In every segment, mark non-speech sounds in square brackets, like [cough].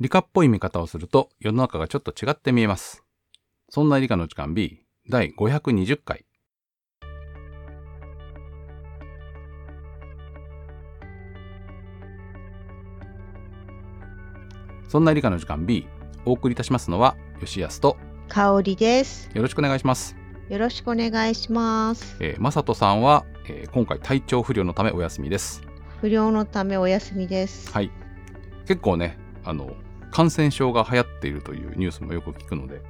理科っぽい見方をすると世の中がちょっと違って見えます。そんな理科の時間 B 第520回。そんな理科の時間 B お送りいたしますのは吉安と香りです。よろしくお願いします。よろしくお願いします。えー、まさとさんは、えー今回体調不良のためお休みです。不良のためお休みです。はい。結構ね、あの感染症が流行っているというニュースもよく聞くので、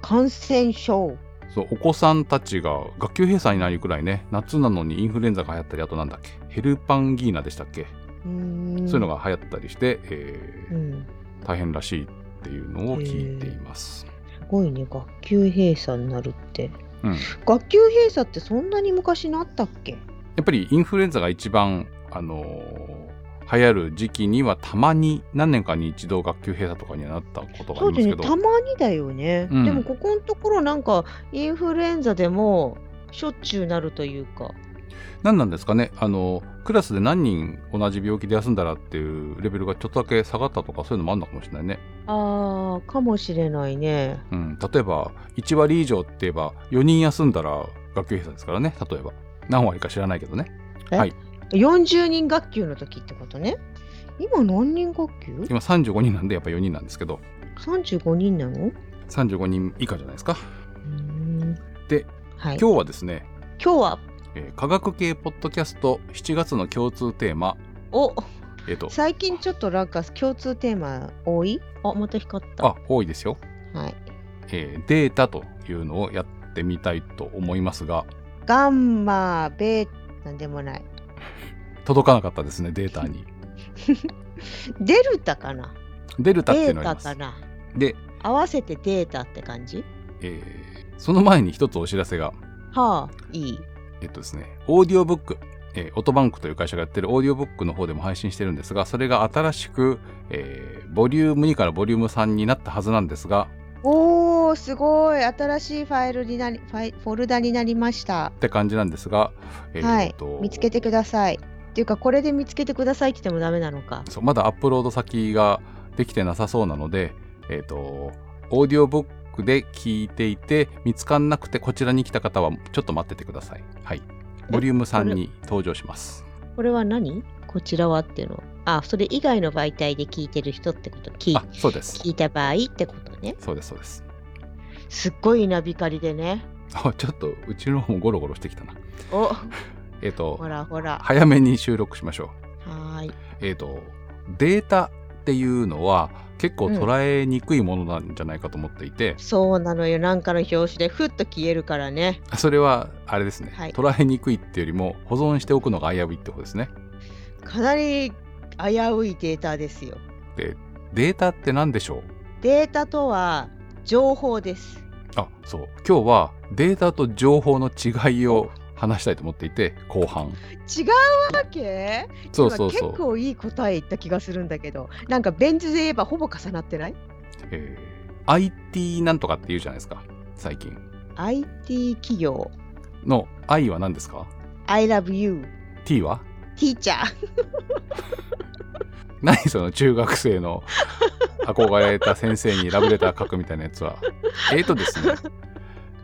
感染症。そうお子さんたちが学級閉鎖になるくらいね、夏なのにインフルエンザが流行ったり、あとなんだっけ、ヘルパンギーナでしたっけ、うーんそういうの。が流行ったりして、えうーん。大変らしいっていうのを聞いています。すごいね。学級閉鎖になるって。うん、や学級閉鎖ってそんなに昔なったっけ？っぱりインフルエンザが一番、あのー流行る時期にはたまに何年かに一度学級閉鎖とかにはなったことがあそうりまですすね。けどたまにだよね。うんでもここのところなんかインフルエンザでもしょっちゅうなるというか。何なんですかねあのクラスで何人同じ病気で休んだらっていうレベルがちょっとだけ下がったとかそういうのもあるのかもしれないね、ああ、かもしれないね。うん、例えば1割以上って言えば4人休んだら学級閉鎖ですからね例えば何割か知らないけどね40人学級の時ってことね。今何人学級今35人なんでやっぱ4人なんですけど ?35 人なの？ 35人以下じゃないですかでで、はい、今今日はですね、日はえー科学系ポッドキャスト7月の共通テーマおえっ、と最近ちょっとなんか共通テーマ多いあまた光ったあ多いですよ、はいえーデータというのをやってみたいと思いますがガンマベーなんでもない届かなかったですねデータにデルタかなデルタっていデうのーがあタりますかなで、合わせてデータって感じえーその前に一つお知らせが、はあいいえっとですね、オーディオブック、えーオートバンクという会社がやってるオーディオブックの方でも配信してるんですが、それが新しく、えーボリューム2からボリューム3になったはずなんですが、おーすごい新しいファイルになりファイフォルダになりましたって感じなんですが、えーはいえっと見つけてくださいっていうかこれで見つけてくださいって言ってもダメなのかそうまだアップロード先ができてなさそうなので、えっとオーディオブックで聞いていて見つかんなくてこちらに来た方はちょっと待っててください。はい、ボリューム3に登場します。これは何こちらはっていうのはあそれ以外の媒体で聞いてる人ってこと聞いあ、そうです。聞いた場合ってことねそうですそうです。すっごい稲光でねあちょっとうちの方もゴロゴロしてきたな。おえっ、とほらほらは早めに収録しましょ。ーいうえっ、とデータっていうのは結構捉えにくいものなんじゃないかと思っていて、そうなのよなんかの表紙でふっと消えるからねそれはあれですね、はい捉えにくいっていうよりも保存しておくのが危ういってことですね。かなり危ういデータですよでデータって何でしょうデータとは情報ですあそう今日はデータと情報の違いを話したいと思っていて後半違うわけそうそう今そ結う、構いい答え言った気がするんだけどなんかベン図で言えばほぼ重なってないえー IT なんとかって言うじゃないですか最近 IT 企業の I は何ですか I love you ?T はティーチャー何その中学生の憧れた先生にラブレター書くみたいなやつは。えーとですね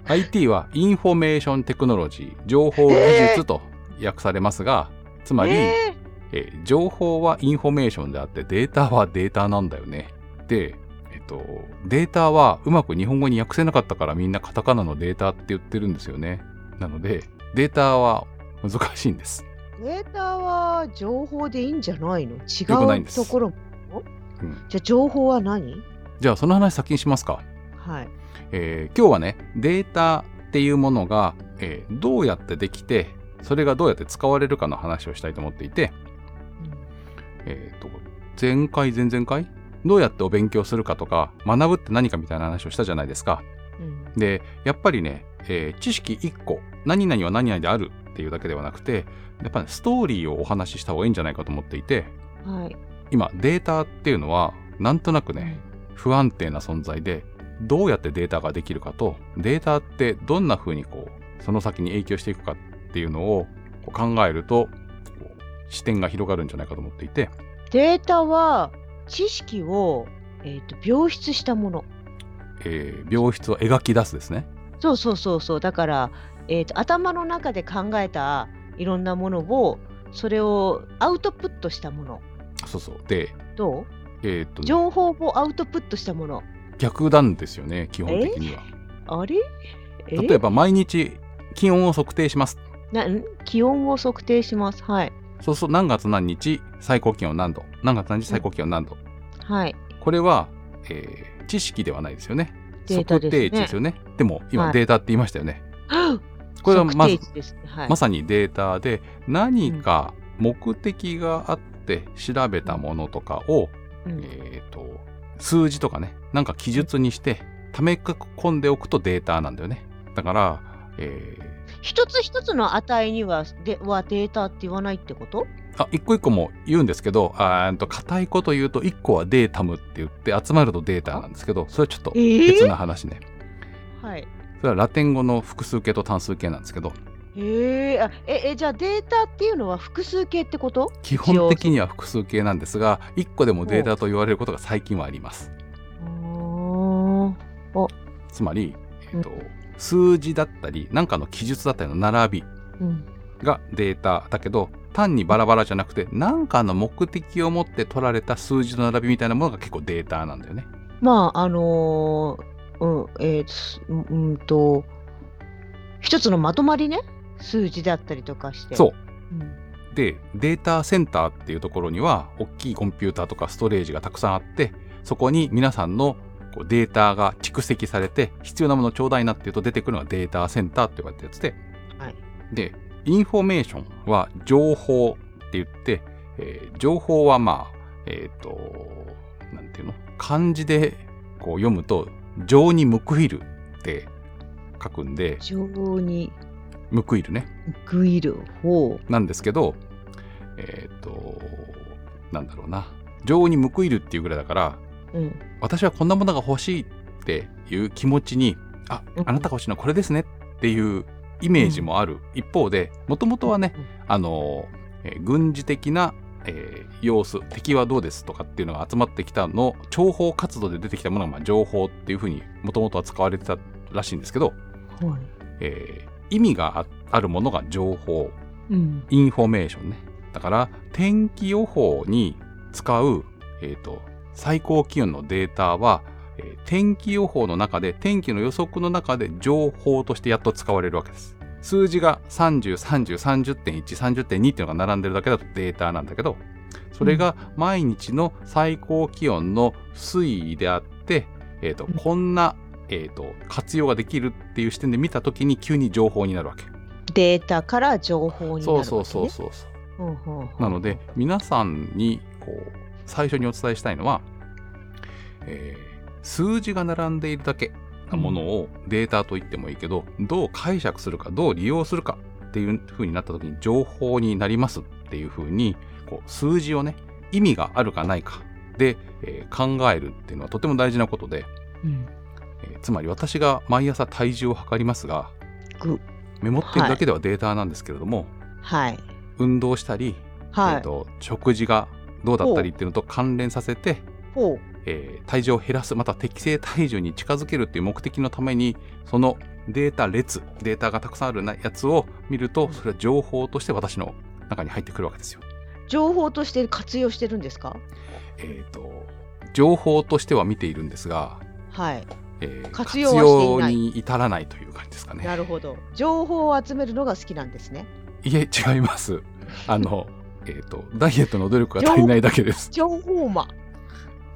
IT はインフォメーションテクノロジー情報技術と訳されますが、つまり、ええー情報はインフォメーションであってデータはデータなんだよね。で、えっと、データはうまく日本語に訳せなかったからみんなカタカナのデータって言ってるんですよね。なのでデータは難しいんです。ーデータは情報でいいんじゃないの違くないんうですところも、うんじゃあ情報は何じゃあその話先にしますか。はい。えー今日はねデータっていうものが、えーどうやってできてそれがどうやって使われるかの話をしたいと思っていて、えーと前回前々回どうやってお勉強するかとか学ぶって何かみたいな話をしたじゃないですか。うんでやっぱりね、えー知識1個何々は何々であるっていうだけではなくてやっぱりストーリーをお話しした方がいいんじゃないかと思っていてはい。今データっていうのはなんとなくね不安定な存在でどうやってデータができるかとデータってどんな風にこうその先に影響していくかっていうのをこう考えるとこう視点が広がるんじゃないかと思っていてデータは知識をえっ、と、病出したもの。えー病室を描き出すですね。そうそうそうそう。だから、えー、と頭の中で考えたいろんなものを、それをアウトプットしたもの。そうそう。で、どえーっとうね情報をアウトプットしたもの。逆なんですよね、基本的には。あれえ例えば毎日気温を測定します。なん気温を測定します。はい。そうすると何月何日最高気温何度、何月何日最高気温何度。はい。これは、えー知識ではないですよね。データ測定ですね値ですよね。でも今はいデータって言いましたよ [gasps] ね。はぁこれはまず測定値ですね。はいま。さにデータで何か目的があって調べたものとかを、うんえーと数字とかねなんか記述にしてため込んでおくとデータなんだよね。だから、え一つ一つの値にはではデータって言わないってことーあ一個一個も言うんですけどあーんと硬いこと言うと一個はデータムって言って集まるとデータなんですけどそれはちょっとえー別な話ね。はい。それはラテン語の複数形と単数形なんですけどへえあええじゃあデータっていうのは複数形ってこと基本的には複数形なんですが一個でもデータと言われることが最近はあります。おーつまり、えーと数字だったり何かの記述だったりの並びうんがデータだけど単にバラバラじゃなくて何かの目的を持って取られた数字の並びみたいなものが結構データなんだよね。まああのーうんえーつうんうんと一つのまとまりね数字だったりとかして。そううん。でデータセンターっていうところには大きいコンピューターとかストレージがたくさんあってそこに皆さんのこうデータが蓄積されて必要なものをちょうだいなっていうと出てくるのがデータセンターって言われたやつではい。でインフォメーションは情報って言って、えー情報はまあえっ、となんていうの漢字でこう読むと「情に報いる」って書くんで情に「報いるね」グイルほなんですけどえっ、となんだろうな「情に報いる」っていうぐらいだからう。うん。私はこんなものが欲しいっていう気持ちに「ああなたが欲しいのはこれですね」っていうイメージもある一方でもともとはねあの、えー軍事的な、えー様子敵はどうですとかっていうのが集まってきたの諜報活動で出てきたものが、まあ、情報っていうふうにもともとは使われてたらしいんですけど、うん。はい。えー意味がああるものが情報うん。インフォメーションねだから天気予報に使う、えーと最高気温のデータは、えー天気予報の中で天気の予測の中で情報としてやっと使われるわけです数字が303030.130.2っていうのが並んでるだけだとデータなんだけどそれが毎日の最高気温の推移であって、えーとうんこんな、えーと活用ができるっていう視点で見た時に急に情報になるわけデータから情報になるそわけ、うね。そうそうそうそううんうんうんなので皆さんにこう最初にお伝えしたいのは、えー数字が並んでいるだけなものをデータと言ってもいいけどどう解釈するかどう利用するかっていう風になった時に情報になりますっていう風にこう数字をね意味があるかないかで、えー考えるっていうのはとても大事なことで、うんえーつまり私が毎朝体重を測りますがぐメモってるだけではデータなんですけれども、はい。運動したりはい。えー、と食事がどうだったりっていうのと関連させて、ほう。えー体重を減らすまたは適正体重に近づけるっていう目的のためにそのデータ列データがたくさんあるなやつを見るとそれは情報として私の中に入ってくるわけですよ。情報として活用してるんですかえー、と情報としては見ているんですが、はい。えー活用はしていない活用に至らないという感じですかね。なるほど。情報を集めるのが好きなんですね。いえ違います。あのえー、とダイエットの努力が足りないだけです。情報魔。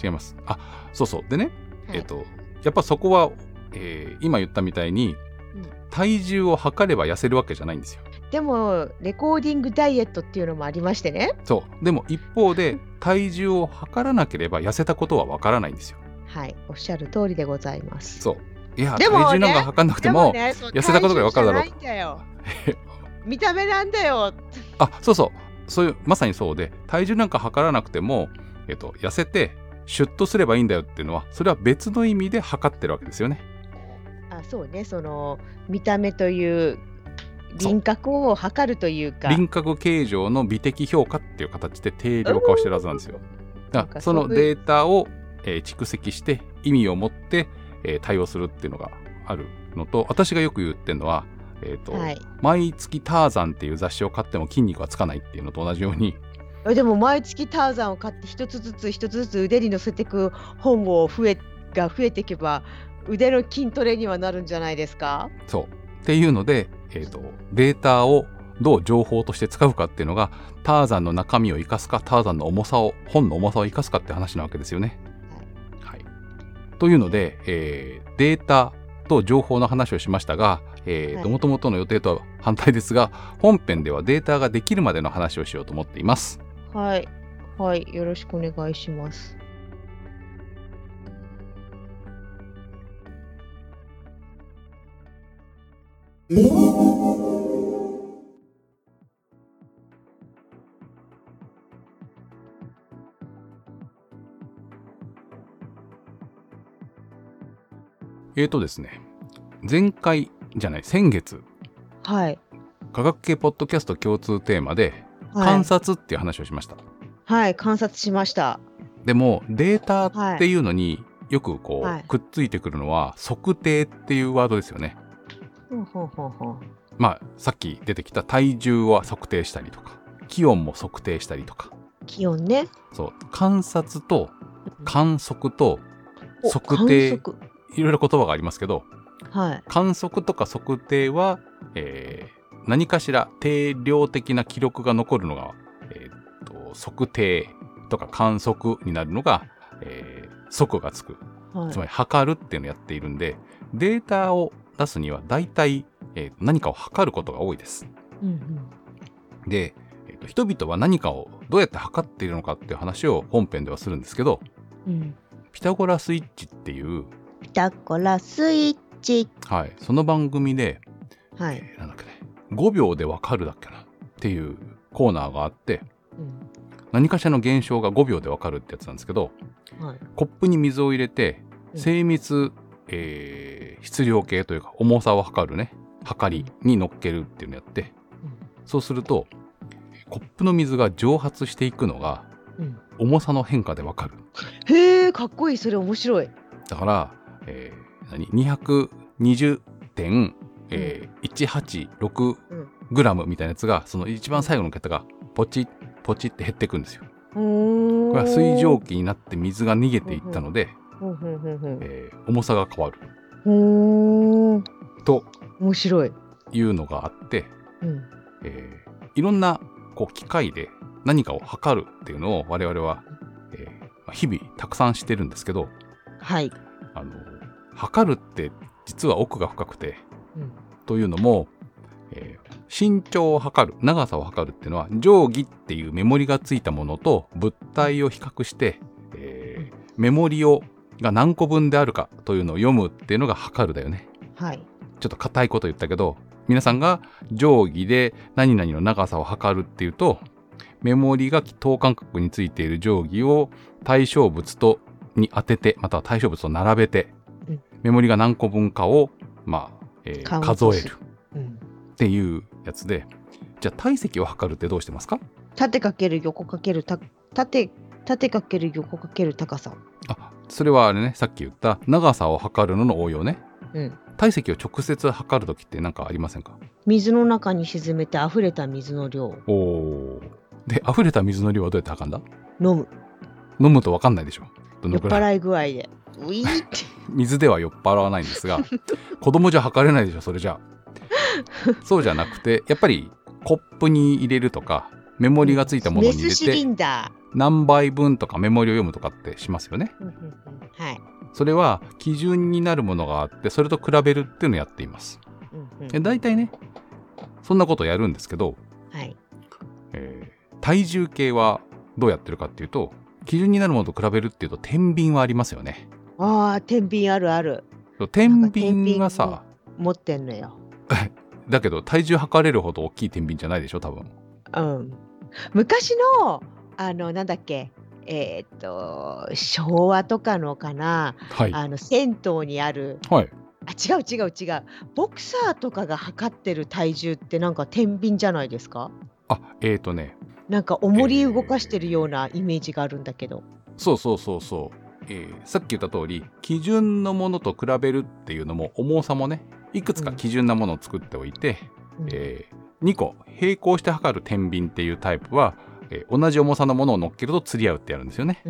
違います。あそうそうでねはいえっと、やっぱそこは、えー今言ったみたいに、うん体重を測れば痩せるわけじゃないんですよ。でも、レコーディングダイエットっていうのもありましてね。そう。でも一方で、 [laughs] 体重を測らなければ痩せたことはわからないんですよ。はい。おっしゃる通りでございます。そう。いや、でもね体重なんか測んなくても、ね、その痩せたことぐらいわかるだろう大したじゃ [laughs] ないんだよ見た目なんだよ。あ、そうそう。そういう、まさにそうで、体重なんか測らなくても、えっと、痩せて、シュッとすればいいんだよっていうのは、それは別の意味で測ってるわけですよね。あ、そうね。その見た目という輪郭を測るというか。輪郭形状の美的評価っていう形で定量化をしてるはずなんですよ。だなんかからそのそういデータをえー蓄積して意味を持って、えー対応するっていうのがあるのと私がよく言ってるのは、えーとはい。毎月「ターザン」っていう雑誌を買っても筋肉はつかないっていうのと同じようにえでも毎月ターザンを買って一つずつ一つずつ腕に乗せていく本を増えが増えていけば腕の筋トレにはなるんじゃないですかそうっていうので、えーとデータをどう情報として使うかっていうのがターザンの中身を生かすかターザンの重さを本の重さを生かすかって話なわけですよね。はい、というので、えーデータと情報の話をしましたが、えはいー、もともとの予定とは反対ですが本編ではデータができるまでの話をしようと思っています。はいはいよろしくお願いしますえーとですね前回じゃない先月はい科学系ポッドキャスト共通テーマでは観い、察っていう話をしました。はい、観察しましたでもデータっていうのによくこはいうくっついてくるのは測定っていうワードですよね。ほうほうほうほうまあさっき出てきた体重は測定したりとか気温も測定したりとか気温ねそう観察と観測とお測定観測いろいろ言葉がありますけどはい観測とか測定は、えー何かしら定量的な記録が残るのが、えーっと測定とか観測になるのが、えー測がつくはいつまり測るっていうのをやっているんでデータを出すには大体、えー何かを測ることが多いです。うんうんで、えーと人々は何かをどうやって測っているのかっていう話を本編ではするんですけどうんピタゴラスイッチっていう、ピタゴラスイッチはい、その番組で、はえい、ーなんだっけね5秒でわかるだっけなっていうコーナーがあってうん何かしらの現象が5秒でわかるってやつなんですけどはい、コップに水を入れてうん精密、えー質量計というか重さを測るね測りに乗っけるっていうのをやってそうするとコップの水が蒸発していくのがうんうん重さの変化でわかるへえかっこいいそれ面白いだから、えー、何220.186、えー186うんグラムみたいなやつがその一番最後の桁がポチッポチッって減っていくんですよここれは水蒸気になって水が逃げていったので、ほうほうほうほうえー重さが変わるほーと面白い。いうのがあってうん。えーいろんなこう機械で何かを測るっていうのを我々は、えーまあ日々たくさんしてるんですけどはい。あの測るって実は奥が深くてうん。というのも、えー身長を測る長さを測るっていうのは定規っていうメモリがついたものと物体を比較して、えーメモリをが何個分であるかというのを読むっていうのが測るだよね。はい。ちょっと硬いこと言ったけど皆さんが定規で何々の長さを測るっていうとメモリが等間隔についている定規を対象物とに当ててまたは対象物と並べて、うんメモリが何個分かを、まあえーカウン数トえするるうん。っていうやつでじゃあ体積を測るってどうしてますか縦かける横かけるた縦縦かける横かける高さ。あそれはあれねさっき言った長さを測るのの応用ねうん。体積を直接測る時って何かありませんか水の中に沈めて溢れた水の量。おーで溢れた水の量はどうやって測るんだ飲む。飲むと分かんないでしょど酔のっくらい払い具合で。ういーって。水では酔っ払わないんですが [laughs] 子供じゃ測れないでしょそれじゃあそうじゃなくてやっぱりコップに入れるとかメモリがついたものにメス入シれリてンダ何倍分とかメモリを読むとかってしますよねー。うんうんうんはい。それは基準になるものがあってそれと比べるっていうのをやっていますうんえうん大体ねそんなことやるんですけど、はい。えー体重計はどうやってるかっていうと基準になるものと比べるっていうと天秤はありますよねああ、天秤あるある。天秤がさなんか天秤の持ってんのよ。だけど体重測れるほど大きい天秤じゃないでしょ多分うん、昔のあのなんだっけえーっと昭和とかのかなはいあの銭湯にあるはいあ違う違う違うボクサーとかが測ってる体重ってなんか天秤じゃないですかあえー、とねなんか重り動かしてるようなイメージがあるんだけど、そうそうそうそうえーさっき言った通り基準のものと比べるっていうのも重さもねいくつか基準なものを作っておいて、うんえ2個並行して測る天秤っていうタイプは、えー同じ重さのものを乗っけると釣り合うってやるんですよね。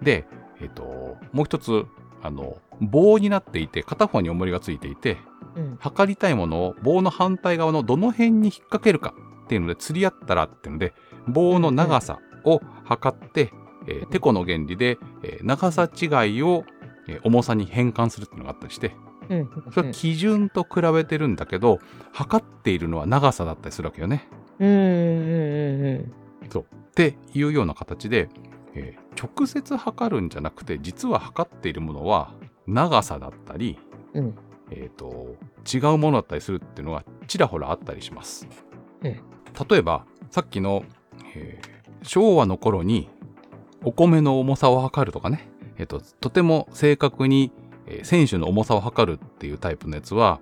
で、えっともう一つあの棒になっていて片方に重りがついていてうん測りたいものを棒の反対側のどの辺に引っ掛けるかっていうので釣り合ったらっていうので棒の長さを測って、えーてこの原理で、えー長さ違いを、えー重さに変換するっていうのがあったりしてうんうんそれは基準と比べてるんだけど測っているのは長さだったりするわけよね。うんうんうんっていうような形で、えー直接測るんじゃなくて実は測っているものは長さだったり、うんえー、と違うものだったりするっていうのがちらほらあったりします。うん例えばさっきの、えー昭和の頃にお米の重さを測るとかね、えー、ととても正確に、えー選手の重さを測るっていうタイプのやつは、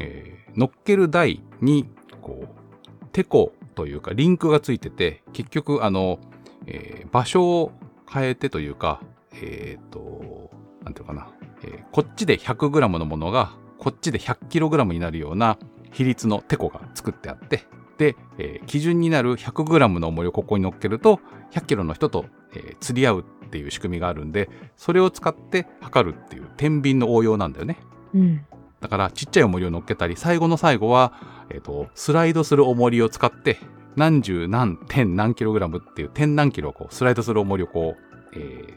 えー乗っける台にこうテコというかリンクがついてて結局あの、えー場所を変えてというかえっ、となんていうのかな、えーこっちで 100g のものがこっちで 100kg になるような比率のテコが作ってあってで、えー基準になる 100g の重りをここに乗っけると 100kg の人と、えー釣り合うっていう仕組みがあるんでそれを使って測るっていう天秤の応用なんだよね。うんだからちっちゃい重りを乗っけたり最後の最後は、えっとスライドする重りを使って何十何点何キログラムっていう点何キロをこうスライドする重りをこう、えー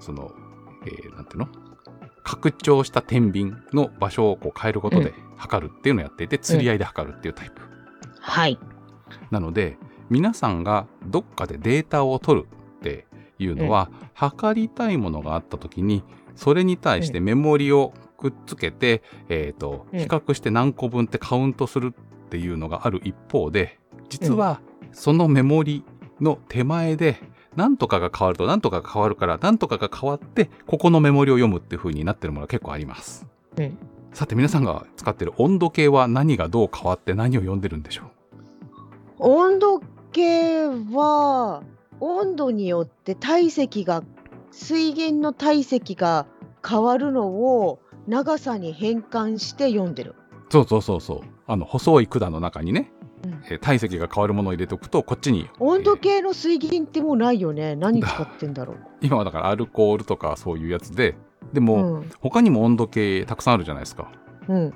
その、えーなんていうの拡張した天秤の場所をこう変えることで測るっていうのをやっていて、釣り合いで測るっていうタイプ、はいなので皆さんがどっかでデータを取るっていうのは、測りたいものがあった時にそれに対してメモリをくっつけて、えー、とうん比較して何個分ってカウントするっていうのがある一方で実はそのメモリの手前で何とかが変わると何とかが変わるから何とかが変わってここのメモリを読むっていう風になってるものが結構あります。うんさて皆さんが使ってる温度計は何がどう変わって何を読んでるんでしょう温度計は温度によって体積が水源の体積が変わるのを長さに変換して読んでる。そうそうそうそうあの細い管の中にね、うんえー体積が変わるものを入れておくとこっちに温度計の水銀ってもうないよね。何使ってんだろう。今はだからアルコールとかそういうやつででも、うん、他にも温度計たくさんあるじゃないですかうん。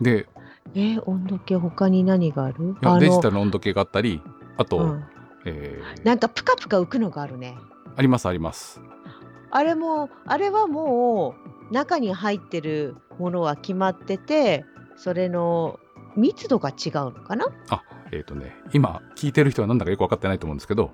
でえ、温度計他に何がある？いやあデジタルの温度計があったりあと、うんえーなんかプカプカ浮くのがあるね。ありますありますあれもあれはもう中に入ってるものは決まってて、それの密度が違うのかな？えっ、とね今聞いてる人はなんだかよく分かってないと思うんですけど、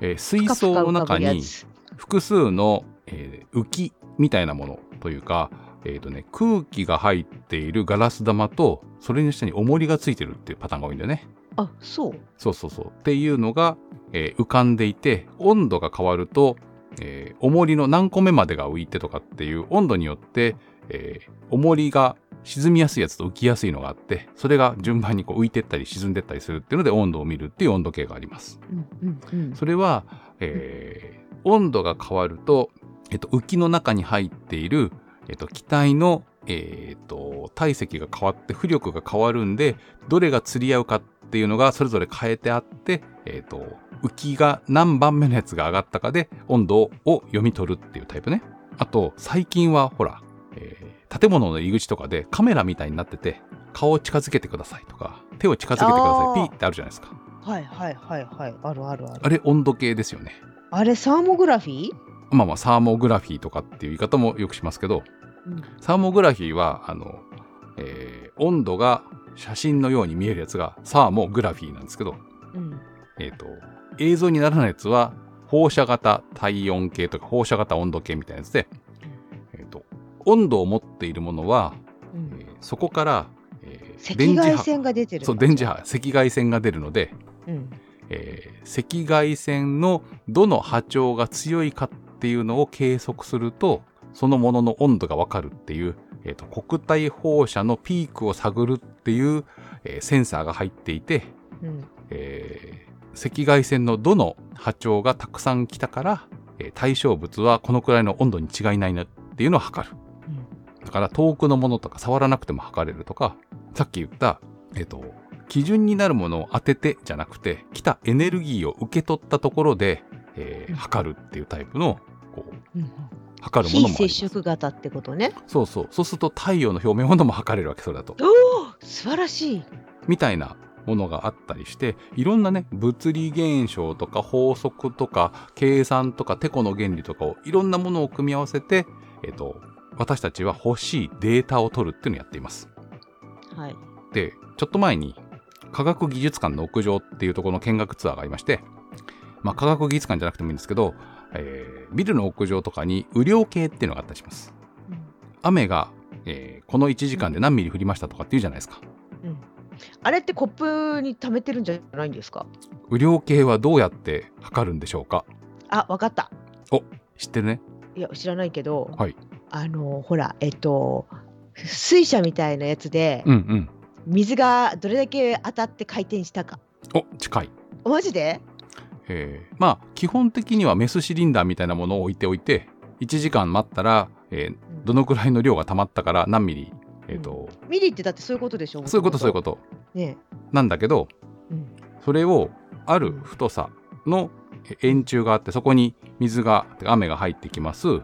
えー水槽の中プカプカ浮かぶにやつ複数の、えー浮きみたいなものというか、えーとね、空気が入っているガラス玉とそれの下に重りがついてるっていうパターンが多いんだよね。あ、そう。そうそうそう。っていうのが、えー浮かんでいて、温度が変わると、えー重りの何個目までが浮いてとかっていう温度によって、えー重りが沈みやすいやつと浮きやすいのがあって、それが順番にこう浮いてったり沈んでったりするっていうので温度を見るっていう温度計があります。うんうんうん。それは、えー温度が変わると、えっと、浮きの中に入っている、えっと、気体の、えーっと体積が変わって浮力が変わるんでどれが釣り合うかっていうのがそれぞれ変えてあって、えーっと浮きが何番目のやつが上がったかで温度を読み取るっていうタイプね。あと最近はほら、えー建物の入り口とかでカメラみたいになってて顔を近づけてくださいとか手を近づけてくだあさいーピーってあるじゃないですか。はいはいはいはい。あるあるある。あれ温度計ですよね。あれサーモグラフィー？まあまあサーモグラフィーとかっていう言い方もよくしますけどうんサーモグラフィーはあの、えー温度が写真のように見えるやつがサーモグラフィーなんですけど、うん。えー、と映像にならないやつは放射型体温計とか放射型温度計みたいなやつで、えー、と温度を持っているものは、うえんーそこから、えー赤外線電が出て磁波る。そう電磁波赤外線が出るので、うん。えー赤外線のどの波長が強いかっていうのを計測するとそのものの温度がわかるっていう、えーと国体放射のピークを探るっていう、えーセンサーが入っていて、うん。えー赤外線のどの波長がたくさん来たから、ええー対象物はこのくらいの温度に違いないなっていうのを測る。だから遠くのものとか触らなくても測れるとか、さっき言った、えっ、と、基準になるものを当ててじゃなくて、来たエネルギーを受け取ったところで、えーうん測るっていうタイプの、こう、うん測るもの非もあります。接触型ってことね。そうそう。そうすると太陽の表面温度も測れるわけ、それだと。おお素晴らしい。みたいなものがあったりして、いろんなね、物理現象とか法則とか計算とかテコの原理とかをいろんなものを組み合わせて、えっと、私たちは欲しいデータを取るっていうのをやっています。はい。で、ちょっと前に科学技術館の屋上っていうところの見学ツアーがありまして、まあ、科学技術館じゃなくてもいいんですけど、えービルの屋上とかに雨量計っていうのがあったりします。雨が、えーこの1時間で何ミリ降りましたとかっていうじゃないですか。あれってコップに溜めてるんじゃないんですか。雨量計はどうやって測るんでしょうかあ、わかった。知ってるねいや知らないけど、はいあのほらえっと水車みたいなやつで、うんうん水がどれだけ当たって回転したか。お近いマジで？えーまあ基本的にはメスシリンダーみたいなものを置いておいて1時間待ったら、えーうんどのくらいの量が溜まったから何ミリえっ、と、ミリってだってそういうことでしょ。。そういうことそういうこととねなんだけどえ。うん。それをある太さのえー円柱があってそこに水がてか雨が入ってきますう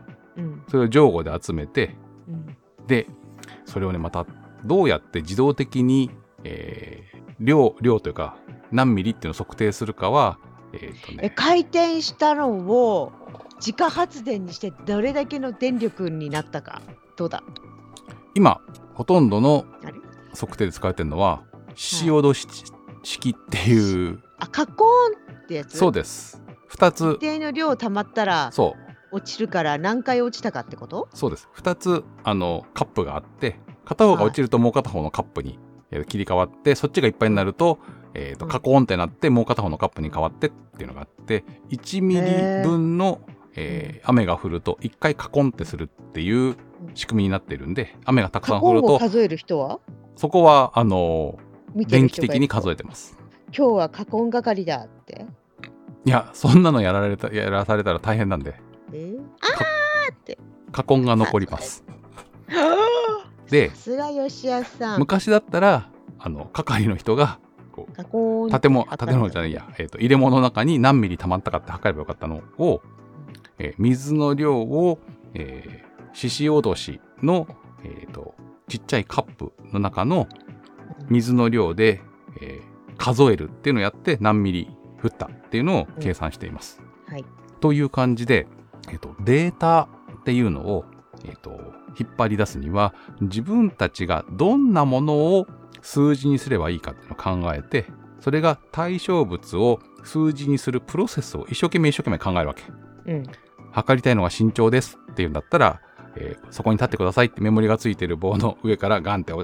ん。それを上後で集めてうん。でそれをねまたどうやって自動的に、えー量量というか何ミリっていうのを測定するかはえーとえね回転したのを自家発電にしてどれだけの電力になったかどうだ今ほとんどのあれ測定で使われてるのはシオドし式っていうあカコーンってやつそうです2一つ定の量たまったらそ落ちるから何回落ちたかってことうそうです2つあのカップがあって片方が落ちるともう片方のカップにえー切り替わってそっちがいっぱいになると,、えー、とうんカコーンってなってもう片方のカップに変わってっていうのがあって1ミへーリ分の、えー雨が降ると1回カコンってするっていう仕組みになっているんで雨がたくさカん降コーるンをと数える人はそこはあの見てる電気人が的いるに数えてます。今日はカコーン係だっていや、そんなのやられた、やらされたら大変なんで、 [laughs] え過根が残ります。あでさ、すが吉安さん昔だったら、あの、係の人が、こカコーう、ン建物、建物じゃないや、えっ、と、入れ物の中に何ミリ溜まったかって測ればよかったのを、えー水の量を、えー、獅子おどしの、えっ、と、ちっちゃいカップの中の水の量で、えー数えるっていうのをやって、何ミリ降ったっていうのを計算しています。はいという感じで、えっと、データっていうのを、えっと、引っ張り出すには自分たちがどんなものを数字にすればいいかっていうのを考えてそれが対象物を数字にするプロセスを一生懸命一生懸命考えるわけ。うん測りたいのが身長ですっていうんだったら、えーそこに立ってくださいってメモリがついてる棒の上からガンってお、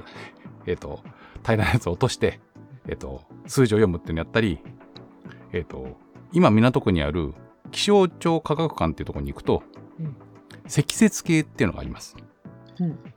えーと平らなやつを落として、えーと数字を読むっていうのやったり、えーと今港区にある気象庁科学館っていうところに行くと、うん積雪計っていうのがあります。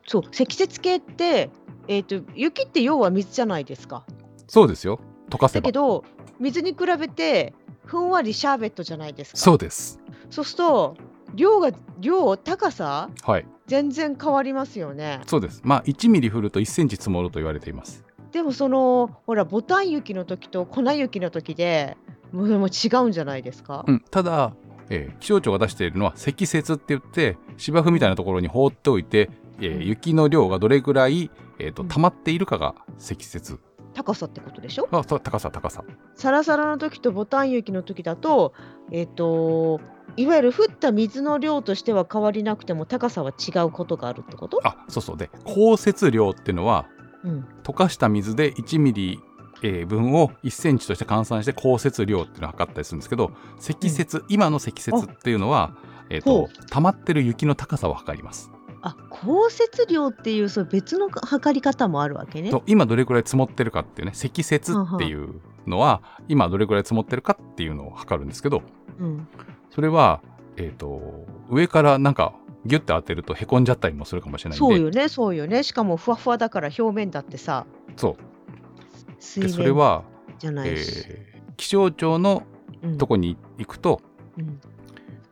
そう積雪計ってえっ、と雪って要は水じゃないですかそうですよ溶かせだばけ。ど水に比べてふんわりシャーベットじゃないですかそうです。そうすると量が量高さはい。全然変わりますよねそうです。まあ1ミリ降ると1センチ積もると言われています。でもそのほらボタン雪の時と粉雪の時でもうもう違うんじゃないですか、うん、ただ、えー気象庁が出しているのは積雪って言って芝生みたいなところに放っておいて、えーうん雪の量がどれぐらい、えー、とうん溜まっているかが積雪高さってことでしょあそう高さ高さサラサラの時とボタン雪の時だとえっ、といわゆる降った水の量としては変わりなくても高さは違うことがあるってこと、あそうそうで降雪量っていうのはうん、溶かした水で1ミリ、えー分を1センチとして換算して降雪量っていうのを測ったりするんですけど積雪、今の積雪っていうのは、えー、とほ溜まってる雪の高さを測りますあ降雪量っていうそう別の測り方もあるわけねと今どれくらい積もってるかっていうね積雪っていうのは今どれくらい積もってるかっていうのを測るんですけどうん、それは、えー、と上からなんかギュッて当てるとへこんじゃったりもするかもしれないんでそうよねそうよねしかもふわふわだから表面だってさそ水うで面それは、じゃないし、えー気象庁のうんとこに行くと,、うん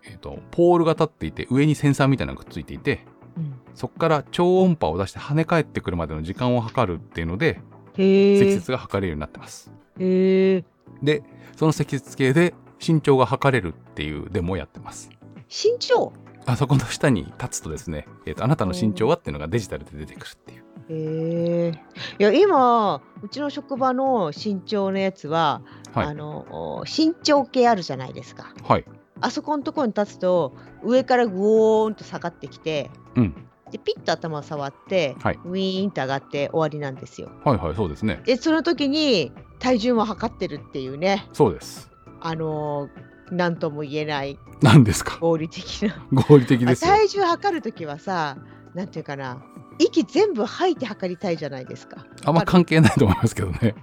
えっとポールが立っていて上にセンサーみたいなのがくっついていてうんそこから超音波を出して跳ね返ってくるまでの時間を測るっていうので積へえ雪が測れるようになってます。へえでその積雪計で身長が測れるっていうデモをやってます。身長あそこの下に立つとですね、えっとあなたの身長はっていうのがデジタルで出てくるっていう。へえいや今うちの職場の身長のやつは、はいあのお身長計あるじゃないですかはい。あそこのところに立つと上からグオーンと下がってきて、うんでピッと頭を触って、はいウィーンと上がって終わりなんですよ。はいはい、そうですね。でその時に体重も測ってるっていうねそうです。あのーなんとも言えない何ですか [laughs] 合理的な合理的ですよ。体重測る時はさなんていうかな息全部吐いて測りたいじゃないですか。あんま関係ないと思いますけどね。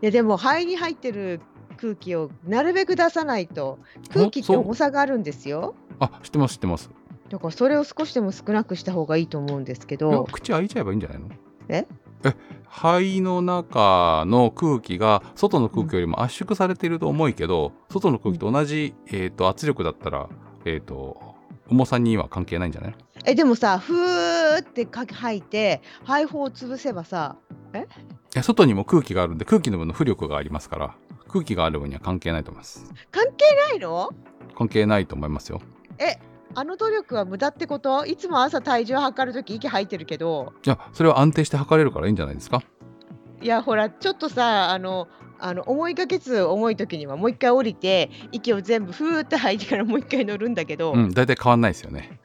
いやでも肺に入ってる空気をなるべく出さないと [laughs] 空気ってそう重さがあるんですよあ、知ってます知ってます。だからそれを少しでも少なくした方がいいと思うんですけいやど口開いちゃえばいいんじゃないのええ肺の中の空気が外の空気よりも圧縮されていると重いけど、外の空気と同じ、えー、と圧力だったら、えー、と重さには関係ないんじゃないえでもさふーってか吐いて肺胞を潰せばさえ外にも空気があるんで空気の分の浮力がありますから空気がある分には関係ないと思います関係ないの関係ないと思いますよあの努力は無駄ってこといつも朝体重測るとき息吐いてるけどいやそれは安定して測れるからいいんじゃないですかいやほらちょっとさあのあの思いがけず重い時にはもう一回降りて息を全部ふーって吐いてからもう一回乗るんだけど、うん大体変わんないですよね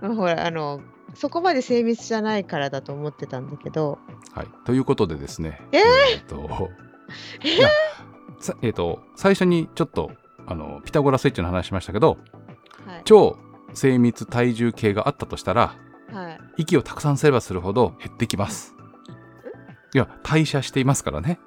まあほらあのそこまで精密じゃないからだと思ってたんだけどはいということでですねえーっといやさえっ、と最初にちょっとあのピタゴラスイッチの話しましたけどはい超精密体重計があったとしたらはい息をたくさんすればするほど減ってきますいや代謝していますからね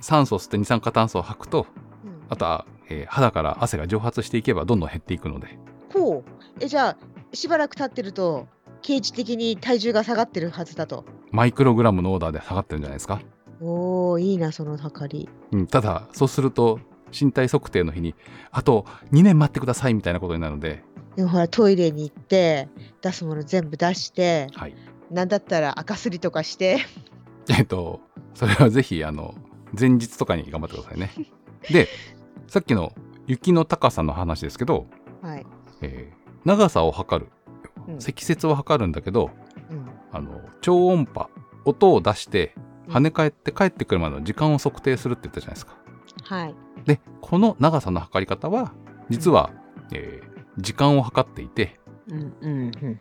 酸素を吸って二酸化炭素を吐くとうんあとは、えー肌から汗が蒸発していけばどんどん減っていくのでこうえじゃあしばらく経ってると刑事的に体重が下がってるはずだとマイクログラムのオーダーで下がってるんじゃないですか、おーいいなその測りうん、ただそうすると身体測定の日にあと2年待ってくださいみたいなことになるので、でもほらトイレに行って出すもの全部出してはい、なんだったら赤すりとかしてえっとそれはぜひあの前日とかに頑張ってくださいねでさっきの雪の高さの話ですけど、 [laughs] はい、えー長さを測るうん積雪を測るんだけどうんあの超音波音を出して跳ね返って帰ってくるまでの時間を測定するって言ったじゃないですかはいでこの長さの測り方は実は、えー時間を測っていてうんうんうん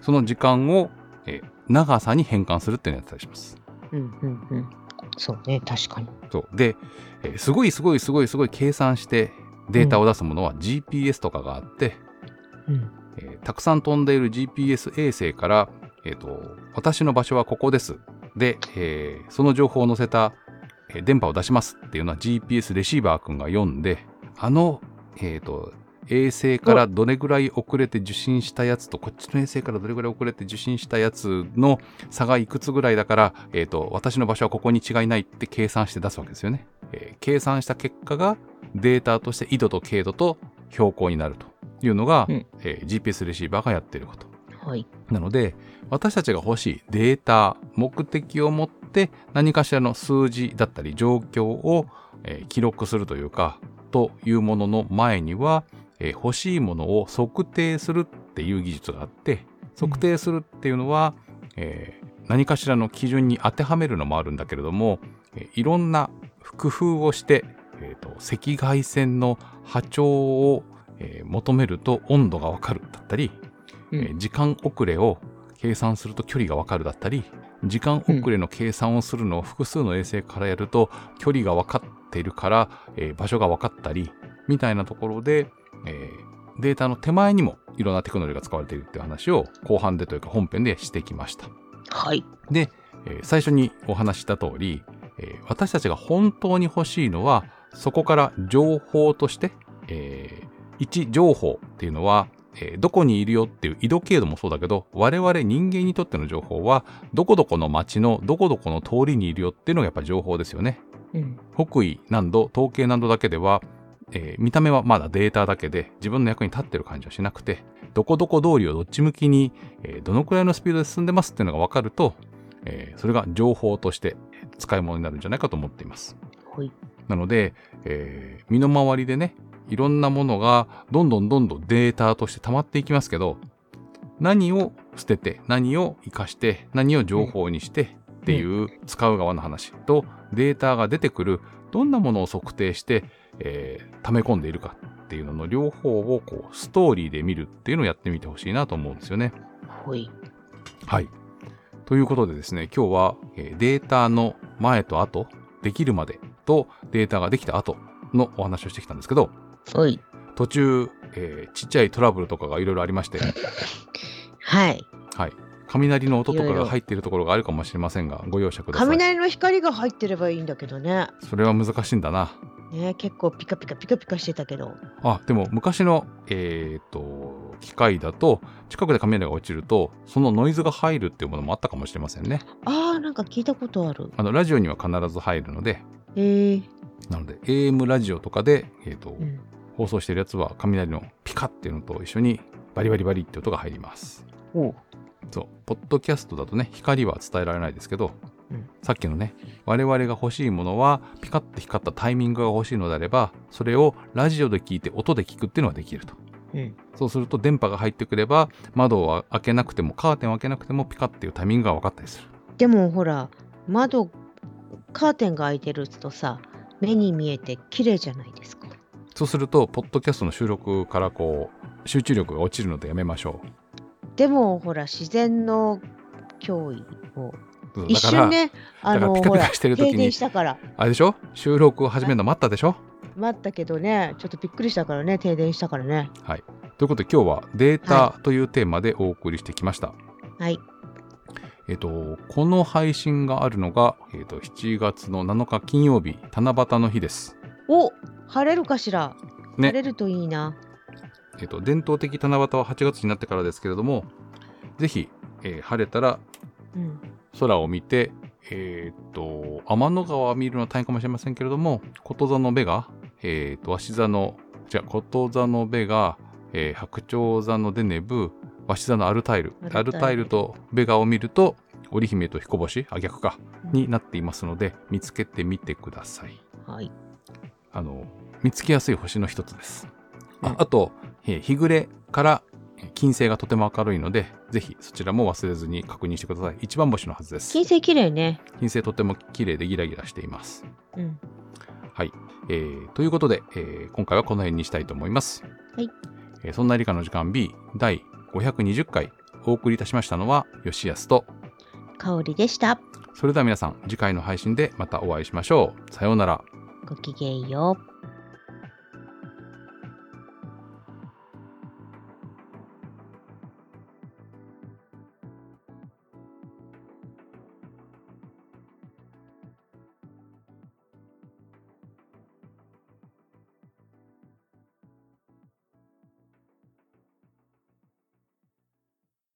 その時間を、えー長さに変換するっていうのをやってたりします。うんうんうんそうね確かにそうで、えーすごいすごいすごいすごい計算してデータを出すものは GPS とかがあって、うんえーたくさん飛んでいる GPS 衛星から、えーと「私の場所はここです」で、えーその情報を載せた、えー電波を出しますっていうのは GPS レシーバー君が読んであの、えーと衛星からどれぐらい遅れて受信したやつとこっちの衛星からどれぐらい遅れて受信したやつの差がいくつぐらいだから、えーと私の場所はここに違いないって計算して出すわけですよね。えー計算した結果がデータとして緯度と経度と標高になるというのが、うんえー GPS レシーバーがやっていること。はいなので私たちが欲しいデータ目的を持って何かしらの数字だったり状況を、えー記録するというかというものの前には、えー欲しいものを測定するっていう技術があって測定するっていうのは、えー何かしらの基準に当てはめるのもあるんだけれども、えーいろんな工夫をして、えーと赤外線の波長を、えー求めると温度がわかるだったりうんえー時間遅れを計算すると距離が分かるだったり時間遅れの計算をするのを複数の衛星からやると距離が分かっているから、えー場所が分かったりみたいなところで、えーデータの手前にもいろんなテクノロジーが使われているっていう話を後半でというか本編でしてきました。はいで、えー最初にお話しした通り、えー私たちが本当に欲しいのはそこから情報として、えー、1情報っていうのは、えーどこにいるよっていう緯度経度もそうだけど我々人間にとっての情報はどこどこの町のどこどこの通りにいるよっていうのがやっぱ情報ですよね。うん北緯何度統計何度だけではえー見た目はまだデータだけで自分の役に立ってる感じはしなくてどこどこ通りをどっち向きに、えーどのくらいのスピードで進んでますっていうのが分かると、えーそれが情報として使い物になるんじゃないかと思っています。はいなので、えー身の回りでねいろんなものがどんどんどんどんデータとして溜まっていきますけど何を捨てて何を生かして何を情報にしてっていう使う側の話とデータが出てくるどんなものを測定して、えー溜め込んでいるかっていうのの両方をこうストーリーで見るっていうのをやってみてほしいなと思うんですよね。はいはい。ということでですね、今日は、えーデータの前と後、できるまでとデータができた後のお話をしてきたんですけど、はい途中、えーちっちゃいトラブルとかがいろいろありま [laughs] して、はいはい。雷の音とかいろいがろ入っているところがあるかもしれませんが、ご容赦ください。雷の光が入ってればいいんだけどねそれは難しいんだな。ね結構ピカピカピカピカしてたけどあ、でも昔の、えー、と、機械だと、近くで雷が落ちると、そのノイズが入るっていうものもあったかもしれませんね。あーなんか聞いたことあるあの、ラジオには必ず入るので、えー、なので、AM ラジオとかで、えー、と、うん放送してるやつは雷のピカっていうのと一緒にバリバリバリって音が入りますおうそうポッドキャストだとね光は伝えられないですけど、うんさっきのね我々が欲しいものはピカって光ったタイミングが欲しいのであればそれをラジオで聞いて音で聞くっていうのはできるとうんそうすると電波が入ってくれば窓を開けなくてもカーテンを開けなくてもピカっていうタイミングが分かったりするでもほら窓カーテンが開いてるとさ目に見えて綺麗じゃないですかそうするとポッドキャストの収録からこう集中力が落ちるのでやめましょでもほら自然の脅威をうそう一だから瞬ねあだのからピカほピらカしてる停時に電したからあれでしょ収録を始めるの待ったでしょ待ったけどねちょっとびっくりしたからね停電したからねということで今日はデータというテーマでお送りしてきました。はいえっと、この配信があるのが、えっと、7月の7日金曜日、七夕の日です。お晴れるかしら、ね晴れるといいなえっと、伝統的七夕は8月になってからですけれども、ぜひ、えー晴れたらうん空を見て、えーっと、天の川を見るのは大変かもしれませんけれども、こと座の目が、えーっと、鷲座の、じゃこと座の目が、えー白鳥座のデネブ、鷲座のアルタイル、アアルルタイルタイルとベガを見ると、織姫と彦星、あ、逆か、になっていますので、見つけてみてください。はいあの、見つけやすい星の一つです。うあんあと、えー日暮れからえー金星がとても明るいので、ぜひそちらも忘れずに確認してください。一番星のはずです。金星綺麗ね金星とても綺麗でギラギラしています。うんえーということで、えー今回はこの辺にしたいと思います。はいえーそんな理科の時間 B 第520回お送りいたしましたのは吉安と、香りでしたそれでは皆さん次回の配信でまたお会いしましょう。さようなら。ごきげんよう